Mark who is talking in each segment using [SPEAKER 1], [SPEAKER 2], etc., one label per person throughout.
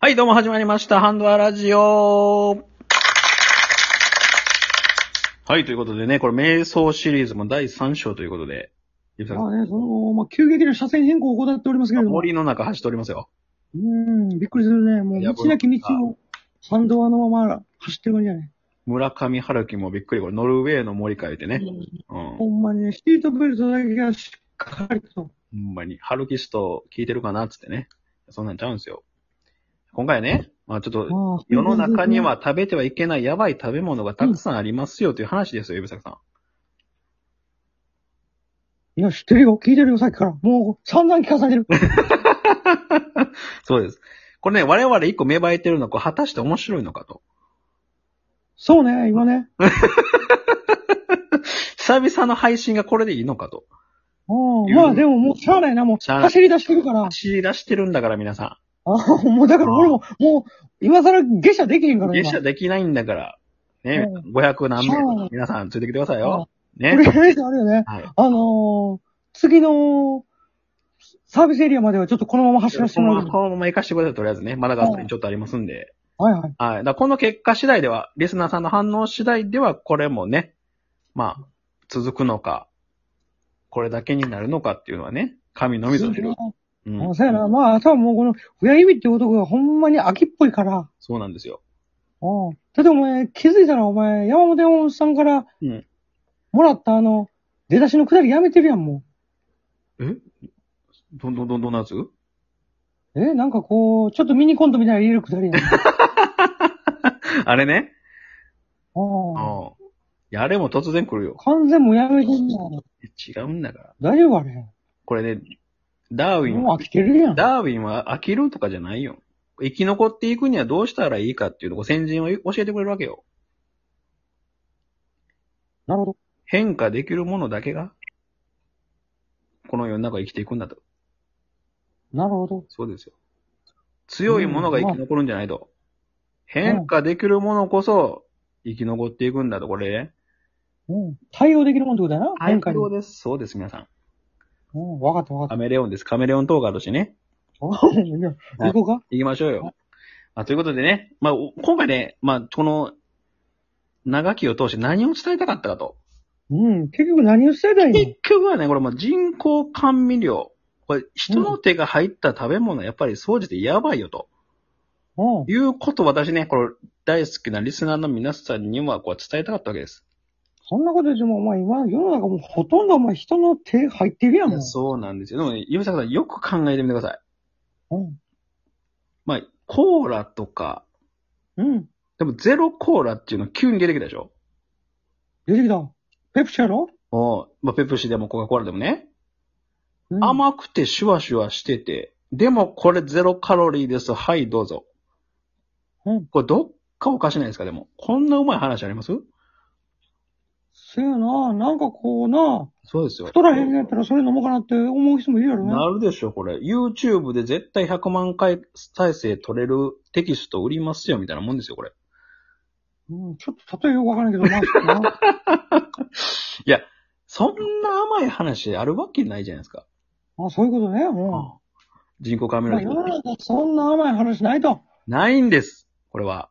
[SPEAKER 1] はい、どうも始まりました。ハンドアラジオ。はい、ということでね、これ、瞑想シリーズも第3章ということで、ゆきさん
[SPEAKER 2] ま、あね、その、まあ、急激な車線変更を行っておりますけれども。う
[SPEAKER 1] 森の中走っておりますよ。
[SPEAKER 2] ーん、びっくりするね。も
[SPEAKER 1] いや
[SPEAKER 2] う、道なき道を、サンドアのまま走ってる感じやね。
[SPEAKER 1] 村上春樹もびっくり、これ、ノルウェーの森か言うてね。うん。
[SPEAKER 2] ほんまにね、シートベルトだけがしっかりと。
[SPEAKER 1] ほんまに、春樹スト聞いてるかなっつってね。そんなんちゃうんですよ。今回ね、まあちょっと、
[SPEAKER 2] まあ
[SPEAKER 1] 世の中に。は食べてはいけないやばい食べ物がたくさんありますよという話ですよ、ゆびさくさん。
[SPEAKER 2] いや、知ってるよ。聞いてるよ、さっきから。もう、散々聞かされる。
[SPEAKER 1] そうです。これね、我々一個芽生えてるのは、こう果たして面白いのかと。
[SPEAKER 2] そうね、今ね。
[SPEAKER 1] 久々の配信がこれでいいのかと。
[SPEAKER 2] うん、まあ、でも、もう、しゃあないな、もう、
[SPEAKER 1] しゃあない
[SPEAKER 2] 走り出してるから。
[SPEAKER 1] 走り出してるんだから、皆さ
[SPEAKER 2] あもう、だから俺も、もう、今更下車できへんか
[SPEAKER 1] ん。
[SPEAKER 2] ら、
[SPEAKER 1] 下
[SPEAKER 2] 今。
[SPEAKER 1] 車できないんだから。ね、
[SPEAKER 2] う
[SPEAKER 1] 500何
[SPEAKER 2] そ
[SPEAKER 1] 名
[SPEAKER 2] う、
[SPEAKER 1] 皆さんついてきてくださいよ。
[SPEAKER 2] と
[SPEAKER 1] ね。
[SPEAKER 2] りあえずあれよね。
[SPEAKER 1] はい。
[SPEAKER 2] あのー、次の、サービスエリアまではちょっとこのまま走らせて
[SPEAKER 1] こ
[SPEAKER 2] もら
[SPEAKER 1] の
[SPEAKER 2] う。
[SPEAKER 1] このまま行かしてください、とりあえずね。まだガソリンちょっとありますんで。
[SPEAKER 2] はいはい。
[SPEAKER 1] はい。だからこの結果次第では、リスナーさんの反応次第では、これもね、まあ、続くのか、これだけになるのかっていうのはね、神のみぞ知る。うん
[SPEAKER 2] あそうやな。まあ、あとはもうこの、親指って男がほんまに秋っぽいから。
[SPEAKER 1] そうなんですよ。
[SPEAKER 2] うん。だってお前、気づいたらお前、山本山本さんから
[SPEAKER 1] うん、
[SPEAKER 2] もらったあの、出だしのくだりやめてるやん、も
[SPEAKER 1] どんどんどんどんなやつ
[SPEAKER 2] う。え、なんかこう、ちょっとミニコントみたいなの入れるくだ りやん。
[SPEAKER 1] あれね。
[SPEAKER 2] ああ。
[SPEAKER 1] うん。いや、あれも突然来るよ。
[SPEAKER 2] 完全もうやめてんじゃん。
[SPEAKER 1] 違うんだから。
[SPEAKER 2] 大丈夫あれ。
[SPEAKER 1] これね、ダーウィン
[SPEAKER 2] もう
[SPEAKER 1] は、
[SPEAKER 2] 飽きてるやん。
[SPEAKER 1] ダーウィンは飽きるとかじゃないよ。生き残っていくにはどうしたらいいかっていうのを先人は教えてくれるわけよ。
[SPEAKER 2] なるほど。
[SPEAKER 1] 変化できるものだけが、この世の中生きていくんだと。
[SPEAKER 2] なるほど。
[SPEAKER 1] そうですよ。強いものが生き残るんじゃないと。変化できるものこそ、生き残っていくんだと、これね。
[SPEAKER 2] うん。対応できるもんってことやな。変化に。
[SPEAKER 1] そう
[SPEAKER 2] う
[SPEAKER 1] です。そうです、皆さん。
[SPEAKER 2] ん。わかったわか
[SPEAKER 1] カ
[SPEAKER 2] っ
[SPEAKER 1] メレオンです。カメレオントーカーとしてね。
[SPEAKER 2] た。いや行こうか。
[SPEAKER 1] 行きましょうよ。まあ、ということでね、まあ、お今回ね、まあ、この、長きを通して何を伝えたかったかと。
[SPEAKER 2] うん。結局何をしてたいの
[SPEAKER 1] 結局はね、これもう人工甘味料。これ、人の手が入った食べ物はやっぱり掃除でやばいよと。
[SPEAKER 2] うん。
[SPEAKER 1] いうことを私ね、これ、大好きなリスナーの皆さんにはこう伝えたかったわけです。
[SPEAKER 2] そんなことでも、お前今、世の中もうほとんどお前人の手入ってるやん
[SPEAKER 1] い
[SPEAKER 2] も
[SPEAKER 1] や
[SPEAKER 2] ん。
[SPEAKER 1] そうなんですよ。でも、ね、ゆみささんよく考えてみてください。
[SPEAKER 2] うん。
[SPEAKER 1] まあ、コーラとか、
[SPEAKER 2] うん。
[SPEAKER 1] でもゼロコーラっていうの急に出てきたでしょ
[SPEAKER 2] 出てきた。ペプシやろ
[SPEAKER 1] おうまあ、ペプシでもコカ・コーラでもね。
[SPEAKER 2] うん
[SPEAKER 1] 甘くてシュワシュワしてて、でもこれゼロカロリーです。はい、どうぞ。
[SPEAKER 2] うん
[SPEAKER 1] これどっかおかしないですかでも。こんなうまい話あります
[SPEAKER 2] せやな。なんかこうな、
[SPEAKER 1] そうですよ。
[SPEAKER 2] 太らへんのやったらそれ飲もうかなって思う人もいるやろね。
[SPEAKER 1] なるでしょ、これ。YouTube で絶対100万回再生取れるテキスト売りますよ、みたいなもんですよ、これ。
[SPEAKER 2] うん。ちょっと例えよくわか らんけど、まあそうやな。
[SPEAKER 1] そんな甘い話あるわけないじゃないですか。
[SPEAKER 2] あ、そういうことね。うん。
[SPEAKER 1] 人工カメラ
[SPEAKER 2] まあ、世の中そんな甘い話ないと。
[SPEAKER 1] ないんです、これは。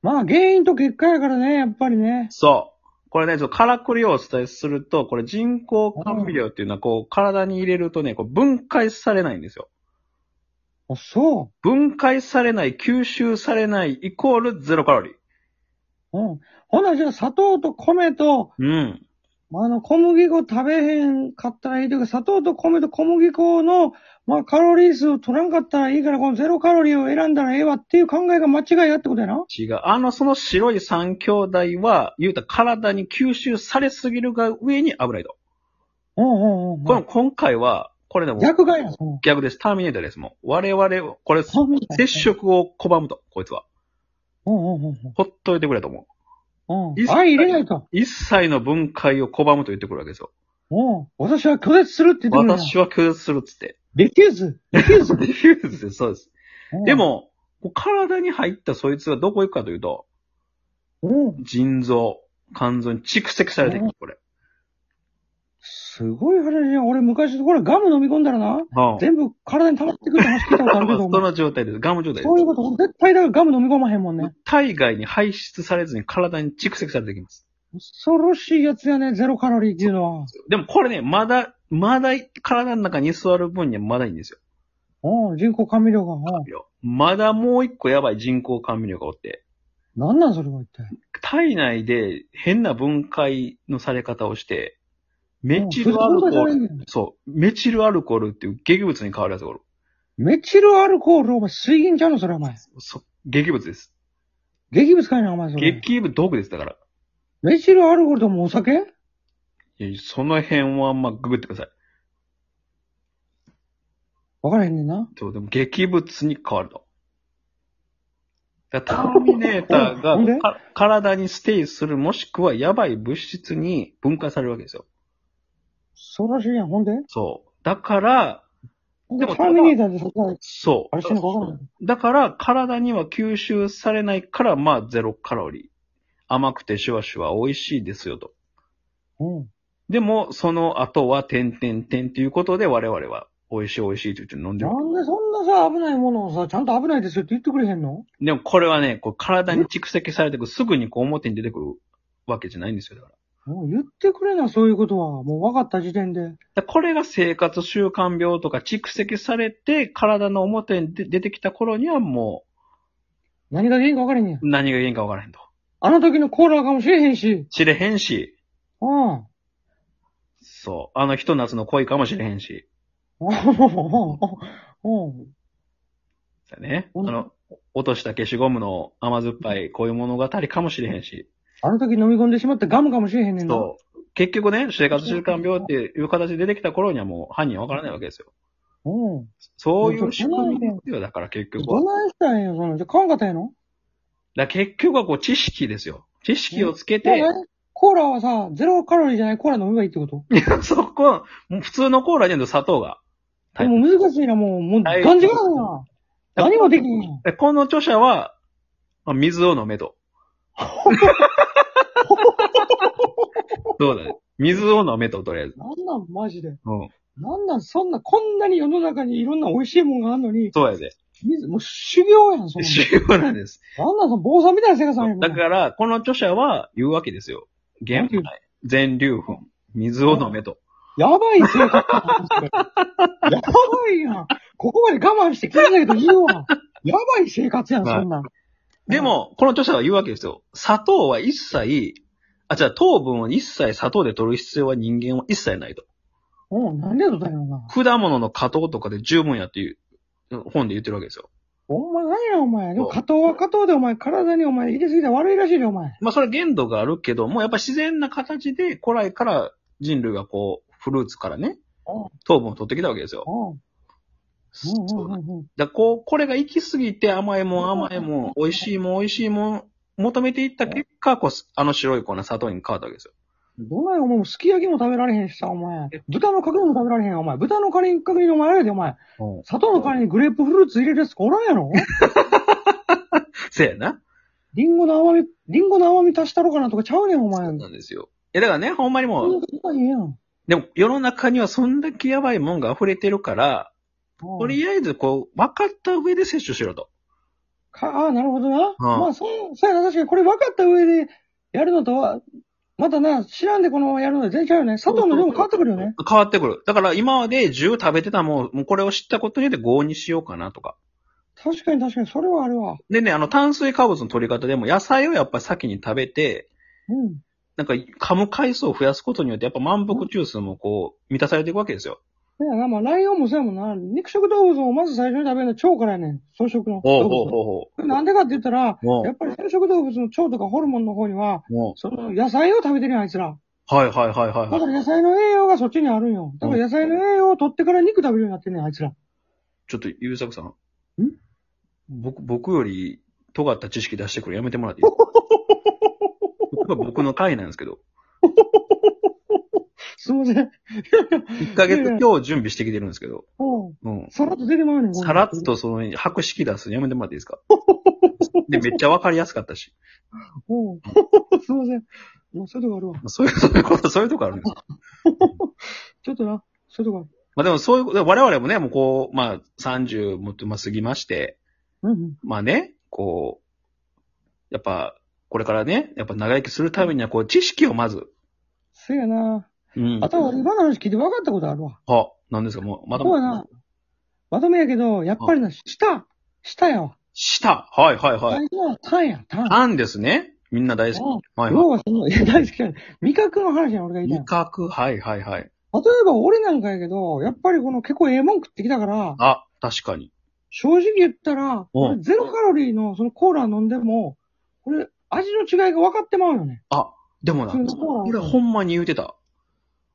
[SPEAKER 2] まあ、原因と結果やからね、やっぱりね。
[SPEAKER 1] そう。これね、ちょっとからくりをお伝えすると、これ人工甘味料っていうのは、こう、体に入れるとね、こう分解されないんですよ。
[SPEAKER 2] あ、そ
[SPEAKER 1] 分解されない、吸収されない、イコールゼロカロリー。
[SPEAKER 2] う。うん。ほな、じゃあ、砂糖と米と、
[SPEAKER 1] うん。
[SPEAKER 2] まあ、あの、小麦粉食べへんかったらいいというか、砂糖と米と小麦粉の、まあ、カロリー数を取らんかったらいいから、このゼロカロリーを選んだらええわっていう考えが間違いやってことやな。
[SPEAKER 1] 違う。あの、その白い三兄弟は、言うたら体に吸収されすぎるが上に危ないと。
[SPEAKER 2] うんうんうん。
[SPEAKER 1] この、今回は、これでもう
[SPEAKER 2] 逆がやな、その。
[SPEAKER 1] 逆です。ターミネーターです。もう。我々を、これ、
[SPEAKER 2] そうみたいな
[SPEAKER 1] 接。触を拒むと、こいつは。
[SPEAKER 2] うんうんうん
[SPEAKER 1] ほっといてくれと思う。
[SPEAKER 2] うん。う
[SPEAKER 1] 一
[SPEAKER 2] ん。
[SPEAKER 1] 切
[SPEAKER 2] 愛入れないと。
[SPEAKER 1] 一切の分解を拒むと言ってくるわけですよ。
[SPEAKER 2] うん。私は拒絶するって言ってくるな。
[SPEAKER 1] 私は拒絶するっつって。
[SPEAKER 2] できず。
[SPEAKER 1] リフューズリフューズです、そうです。
[SPEAKER 2] うん
[SPEAKER 1] で、も、こう体に入ったそいつはどこ行くかというと、
[SPEAKER 2] うん。
[SPEAKER 1] 腎臓、肝臓に蓄積されていく、これ。
[SPEAKER 2] すごい話ね。俺昔、これガム飲み込んだらな、
[SPEAKER 1] はあ、
[SPEAKER 2] 全部体に溜 まってくるって話聞いたことあるけ
[SPEAKER 1] まあ
[SPEAKER 2] ど、
[SPEAKER 1] その状態です。ガム状態で
[SPEAKER 2] そういうこと、絶対だからガム飲み込まへんもんね
[SPEAKER 1] す。。体外に排出されずに体に蓄積されてきます。
[SPEAKER 2] 恐ろしいやつやね、ゼロカロリーっていうのは。
[SPEAKER 1] でもこれね、まだ、まだ体の中に座る分にはまだいいんですよ。
[SPEAKER 2] うん、人工甘味料が。うん。
[SPEAKER 1] まだもう一個やばい人工甘味料がおって、
[SPEAKER 2] なんなんそれは一体。
[SPEAKER 1] 体内で変な分解のされ方をして、メチ
[SPEAKER 2] うん
[SPEAKER 1] ルアルコ
[SPEAKER 2] それ分
[SPEAKER 1] ー
[SPEAKER 2] 解され
[SPEAKER 1] ル、
[SPEAKER 2] んねん
[SPEAKER 1] そう、メチルアルコールっていう劇物に変わるやつがおる。
[SPEAKER 2] メチルアルコール、お前、水銀ちゃうのそれ、お前。
[SPEAKER 1] そ劇物です。
[SPEAKER 2] 劇物かいな、お前、それ。
[SPEAKER 1] 劇物、毒です、だから。
[SPEAKER 2] メチルアルコールともうお酒
[SPEAKER 1] いやその辺はあんまググってください。
[SPEAKER 2] わからへんねんな。
[SPEAKER 1] そう、でも劇物に変わると。だからターミネーター
[SPEAKER 2] ほんで
[SPEAKER 1] がか体にステイする、もしくはやばい物質に分解されるわけですよ。
[SPEAKER 2] 恐ろしいやん、ほんで。
[SPEAKER 1] そう。だから、
[SPEAKER 2] で
[SPEAKER 1] で
[SPEAKER 2] も、
[SPEAKER 1] も
[SPEAKER 2] ターミネーターでそこは、
[SPEAKER 1] そ
[SPEAKER 2] あれしてんのかわからへん
[SPEAKER 1] う。だから、体には吸収されないから、まあ、ゼロカロリー。甘くてシュワシュワ美味しいですよと。
[SPEAKER 2] うん。
[SPEAKER 1] でも、その後は、点々点ということで、我々は、美味しい美味しいと言って飲んで
[SPEAKER 2] な
[SPEAKER 1] る。
[SPEAKER 2] んでそんなさ、危ないものをさ、ちゃんと危ないですよって言ってくれへんの
[SPEAKER 1] でも、これはね、こう体に蓄積されてくる、すぐにこう表に出てくるわけじゃないんですよ。だから。
[SPEAKER 2] もう言ってくれな、そういうことは。もう分かった時点で。
[SPEAKER 1] だからこれが生活習慣病とか蓄積されて、体の表に出出てきた頃にはも
[SPEAKER 2] 何が原因か分からへんねん。
[SPEAKER 1] う何が原因か分からへんと。
[SPEAKER 2] あの時のコーラかもしれへんし。
[SPEAKER 1] 知れへんし、
[SPEAKER 2] うん。
[SPEAKER 1] そう。あのひと夏の恋かもしれへんし。
[SPEAKER 2] うん。
[SPEAKER 1] だね。あ
[SPEAKER 2] うん
[SPEAKER 1] の、落とした消しゴムの甘酸っぱい恋物語かもしれへんし。
[SPEAKER 2] あの時飲み込んでしまったガムかもしれへんねんな。
[SPEAKER 1] そう。結局ね、生活習慣病っていう形で出てきた頃にはもう犯人は分からないわけですよ。
[SPEAKER 2] うん。
[SPEAKER 1] そういう仕組みですよ。だから結局は
[SPEAKER 2] ど。ないしたんや、その。じゃ、かんかったんやの
[SPEAKER 1] だから結局はこう知識ですよ。知識をつけ
[SPEAKER 2] で
[SPEAKER 1] て、
[SPEAKER 2] コーラはさ、ゼロカロリーじゃないコーラ飲めばいいってこと
[SPEAKER 1] そこ、もう普通のコーラじゃなくて砂糖が。
[SPEAKER 2] でも難しいな、もう、もう、が
[SPEAKER 1] は
[SPEAKER 2] ん
[SPEAKER 1] い
[SPEAKER 2] じがらめや。何もできんや。
[SPEAKER 1] でこの著者は、まあ、水を飲め と。そうだね。水を飲めと、とりあえず。
[SPEAKER 2] なんなん、マジで。
[SPEAKER 1] うん。
[SPEAKER 2] なんなん、そんな、こんなに世の中にいろんな美味しいもんがあるのに、
[SPEAKER 1] そうやで。
[SPEAKER 2] 水、もう 修行やん、そん
[SPEAKER 1] 主要なんです。
[SPEAKER 2] な。なんなん、その坊さんみたいな世界さんやん。
[SPEAKER 1] だから、この著者は言うわけですよ。原
[SPEAKER 2] なんて言う
[SPEAKER 1] 全粒粉。水を飲めと。
[SPEAKER 2] やばい生活やんそれやばいやん。ここまで我慢して聞いたけど言うわ。やばい生活やん、
[SPEAKER 1] はい
[SPEAKER 2] そんなん。
[SPEAKER 1] でも、この著者は言うわけですよ。砂糖は一切、あ、じゃあ糖分を一切砂糖で取る必要は人間は一切ないと。
[SPEAKER 2] うん、うん、なんでやとったんやろな。
[SPEAKER 1] 果物の果糖とかで十分やっていう本で言ってるわけですよ。
[SPEAKER 2] ほんま何や、お前。で
[SPEAKER 1] そ
[SPEAKER 2] も、
[SPEAKER 1] う
[SPEAKER 2] 加藤は加藤で、お前、体にお前、入れすぎて悪いらしいで、お前。
[SPEAKER 1] まあそれは限度があるけど、もうやっぱ自然な形で古来から人類がこう、フルーツからね
[SPEAKER 2] うん、
[SPEAKER 1] 糖分を取ってきたわけですよ。
[SPEAKER 2] うん。うん、うん、うん。
[SPEAKER 1] だからこう、これが行き過ぎて甘いもん甘いもん、美味しいもん美味しいもん、求めていった結果、こう、あの白い粉、砂糖に変わったわけですよ。
[SPEAKER 2] どないお前もすき焼きも食べられへんしさ、お前。豚の角煮も食べられへんよ、お前。豚の角煮、角煮のお前あれで、お前。砂糖の代わりにグレープフルーツ入れるやつおらんやろ
[SPEAKER 1] せやな。
[SPEAKER 2] リンゴの甘み、リンゴの甘み足したろかなとかちゃうねん、お前。
[SPEAKER 1] なんですよ。え、だからね、ほんまに
[SPEAKER 2] そ
[SPEAKER 1] も
[SPEAKER 2] んな
[SPEAKER 1] う、
[SPEAKER 2] こと言ったらいいやん。
[SPEAKER 1] でも世の中にはそんだけやばいもんが溢れてるから、と
[SPEAKER 2] うん
[SPEAKER 1] りあえずこう、分かった上で摂取しろと。
[SPEAKER 2] かああ、なるほどな。
[SPEAKER 1] ん
[SPEAKER 2] まあ、そう、そうやな、確かにこれ分かった上でやるのとは、またな、知らんでこのやるのは全然違うよね。砂糖の量も変わってくるよね。
[SPEAKER 1] 変わってくる。だから今まで10食べてたもん、もうこれを知ったことによって5にしようかなとか。
[SPEAKER 2] 確かに確かに、それはあるわ。
[SPEAKER 1] でね、あの炭水化物の取り方でも野菜をやっぱり先に食べて、
[SPEAKER 2] うん。
[SPEAKER 1] なんか噛む回数を増やすことによってやっぱ満腹中枢もこう満たされていくわけですよ。
[SPEAKER 2] そうやな、まあ、ライオンもそうやもんな。肉食動物をまず最初に食べるのは腸からやねん。草食の。
[SPEAKER 1] ほうほうほう
[SPEAKER 2] なんでかって言ったら、
[SPEAKER 1] ほう。
[SPEAKER 2] やっぱり草食動物の腸とかホルモンの方には、
[SPEAKER 1] も
[SPEAKER 2] その野菜を食べてるやん、あいつら。
[SPEAKER 1] う、はいはいはいはい
[SPEAKER 2] だから
[SPEAKER 1] はい。
[SPEAKER 2] 野菜の栄養がそっちにあるんよ。だから野菜の栄養を取ってから肉食べるようになってんねん、あいつら。
[SPEAKER 1] ちょっと、ゆうさくさん。
[SPEAKER 2] ん
[SPEAKER 1] 僕、僕より尖った知識出してくるやめてもらっていいですかこれ僕の回なんですけど、
[SPEAKER 2] すいません。
[SPEAKER 1] 1ヶ月今日準備してきてるんですけど、
[SPEAKER 2] うん。
[SPEAKER 1] うん。
[SPEAKER 2] さらっと出てまうねん。
[SPEAKER 1] さらっ。とその、白式出すのやめてもらっていいですかで、めっちゃわかりやすかったし。
[SPEAKER 2] うん。すいません。もうそういうとこあるわ。
[SPEAKER 1] そういう、そういうこと、そういうとこあるんですよ。
[SPEAKER 2] ちょっとな、そういうとこ
[SPEAKER 1] まあでもそういう、我々もね、もうこう、まあ30もまあ過ぎまして、
[SPEAKER 2] ある。うんうん。
[SPEAKER 1] まあね、こう、やっぱ、これからね、やっぱ長生きするためには、こう、知識をまず。
[SPEAKER 2] せやな。
[SPEAKER 1] うん
[SPEAKER 2] あと、今の話聞いて分かったことあるわ。
[SPEAKER 1] あ、なんですか、もう、まだ
[SPEAKER 2] そうやな。まとめやけど、やっぱりな、下、下やわ。
[SPEAKER 1] した。はいはいはい。
[SPEAKER 2] 大事なのはタンや、タン。
[SPEAKER 1] タンですね。みんな大好き。はい
[SPEAKER 2] 要
[SPEAKER 1] はい。
[SPEAKER 2] はその、いや大好きじゃない。味覚の話や、俺が言いた
[SPEAKER 1] 味
[SPEAKER 2] いの。
[SPEAKER 1] 覚、はいはいはい。
[SPEAKER 2] 例えば俺なんかやけど、やっぱりこの結構ええもん食ってきたから、
[SPEAKER 1] あ、確かに。
[SPEAKER 2] 正直言ったら、
[SPEAKER 1] うん
[SPEAKER 2] 俺ゼロカロリーのそのコーラ飲んでも、これ味の違いが分かってまうよね。
[SPEAKER 1] でもな、
[SPEAKER 2] 普通のコー
[SPEAKER 1] 俺
[SPEAKER 2] ラ。
[SPEAKER 1] ほんまに言うてた。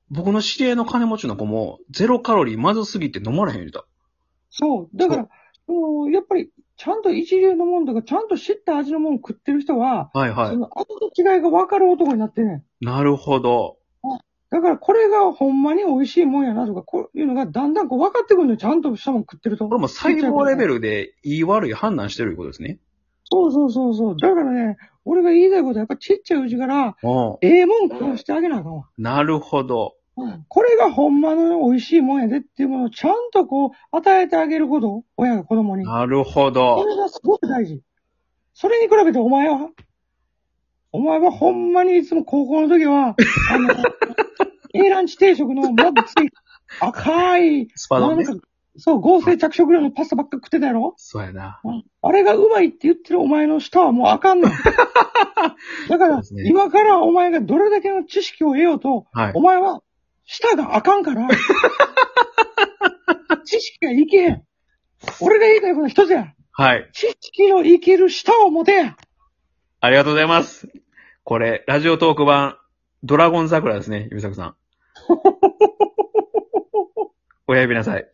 [SPEAKER 1] 僕の知り合いの金持ちの子も、ゼロカロリーまずすぎて飲まれへん言うてた。
[SPEAKER 2] そう。だから、そのやっぱり、ちゃんと一流のもんとか、ちゃんと知った味のもん食ってる人は、
[SPEAKER 1] はい
[SPEAKER 2] そ
[SPEAKER 1] は
[SPEAKER 2] の味の違いが分かる男になってんねん。
[SPEAKER 1] い。なるほど。
[SPEAKER 2] だからこれがほんまに美味しいもんやなとか、こういうのがだんだんこう分かってくるのよ。ちゃんとしたもん食ってると。
[SPEAKER 1] これも細胞レベルで、いい悪い判断してるいうことですね。
[SPEAKER 2] そうそうそうそう。だからね、俺が言いたいことはやっぱちっちゃいうちから、
[SPEAKER 1] うん。
[SPEAKER 2] ええもん食わしてあげなあかんわ。
[SPEAKER 1] なるほど。
[SPEAKER 2] これがほんまの美味しいもんやでっていうものをちゃんとこう、与えてあげること。親が子供に。
[SPEAKER 1] なるほ
[SPEAKER 2] こ
[SPEAKER 1] ど。
[SPEAKER 2] れがすごく大事。それに比べてお前は、お前はほんまにいつも高校の時は、あ の、A ランチ定食のまずつい赤い、
[SPEAKER 1] スパドンね
[SPEAKER 2] な。んかそう、合成着色料のパスタばっか食ってたやろ
[SPEAKER 1] そうやな。
[SPEAKER 2] あれがうまいって言ってるお前の舌はもうあ かんねん。だから、
[SPEAKER 1] そうですね
[SPEAKER 2] 今からお前がどれだけの知識を得ようと、
[SPEAKER 1] はい
[SPEAKER 2] お。前は舌があか んから、知識がいけへん。俺が言いたいことは一つや。
[SPEAKER 1] はい。
[SPEAKER 2] 知識のいける舌を持てや。
[SPEAKER 1] ありがとうございます。これ、ラジオトーク版、 ドラゴン桜ですね、ゆみさくさん。おやびなさい。